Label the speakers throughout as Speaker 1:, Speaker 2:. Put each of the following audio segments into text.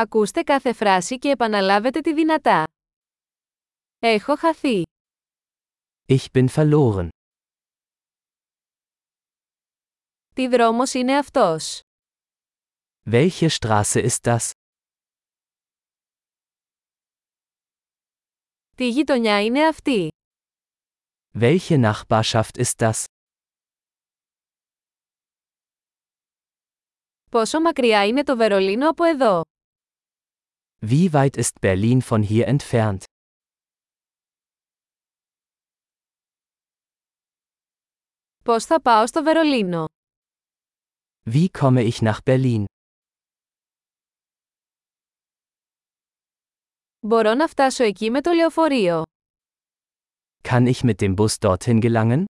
Speaker 1: Ακούστε κάθε φράση και επαναλάβετε τη δυνατά. Έχω χαθεί.
Speaker 2: Ich bin verloren.
Speaker 1: Τι δρόμος είναι αυτός.
Speaker 2: Welche Straße ist das?
Speaker 1: Τι γειτονιά είναι αυτή.
Speaker 2: Welche Nachbarschaft ist das?
Speaker 1: Πόσο μακριά είναι το Βερολίνο από εδώ.
Speaker 2: Wie weit ist Berlin von hier entfernt?
Speaker 1: Πώς θα πάω στο Βερολίνο.
Speaker 2: Wie komme ich nach Berlin?
Speaker 1: Μπορώ να φτάσω εκεί με το λεωφορείο.
Speaker 2: Kann ich mit dem Bus dorthin gelangen?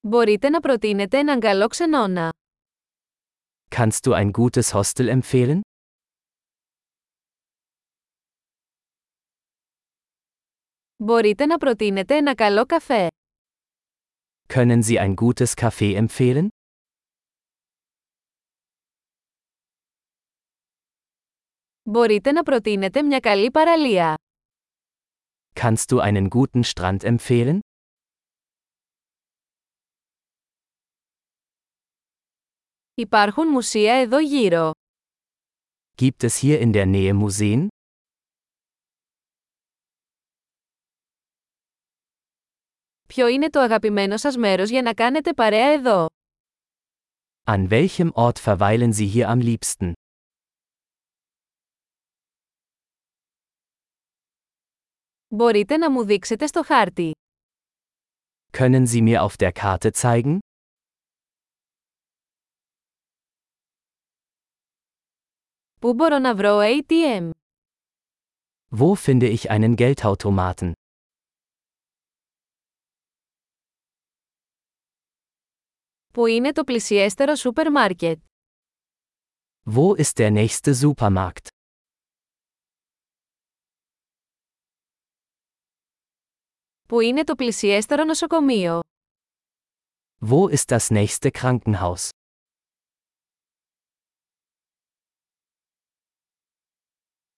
Speaker 1: Μπορείτε να προτείνετε έναν καλό ξενώνα.
Speaker 2: Kannst du ein gutes Hostel empfehlen?
Speaker 1: Μπορείτε να προτείνετε ένα καλό καφέ.
Speaker 2: Können Sie ein gutes Café empfehlen?
Speaker 1: Μπορείτε να προτείνετε μια καλή παραλία.
Speaker 2: Kannst du einen guten Strand empfehlen?
Speaker 1: Υπάρχουν μουσεία εδώ γύρω.
Speaker 2: Gibt es hier in der Nähe Museen?
Speaker 1: Ποιο είναι το αγαπημένο σας μέρος για να κάνετε παρέα εδώ.
Speaker 2: An welchem Ort verweilen Sie hier am liebsten?
Speaker 1: Μπορείτε να μου δείξετε στο χάρτη.
Speaker 2: Können Sie mir auf der Karte zeigen?
Speaker 1: Πού μπορώ να βρω ATM.
Speaker 2: Wo finde ich einen Geldautomaten?
Speaker 1: Πού είναι το πλησιέστερο σούπερ μάρκετ.
Speaker 2: Wo ist der nächste Supermarkt?
Speaker 1: Πού είναι το πλησιέστερο νοσοκομείο.
Speaker 2: Wo ist das nächste Krankenhaus?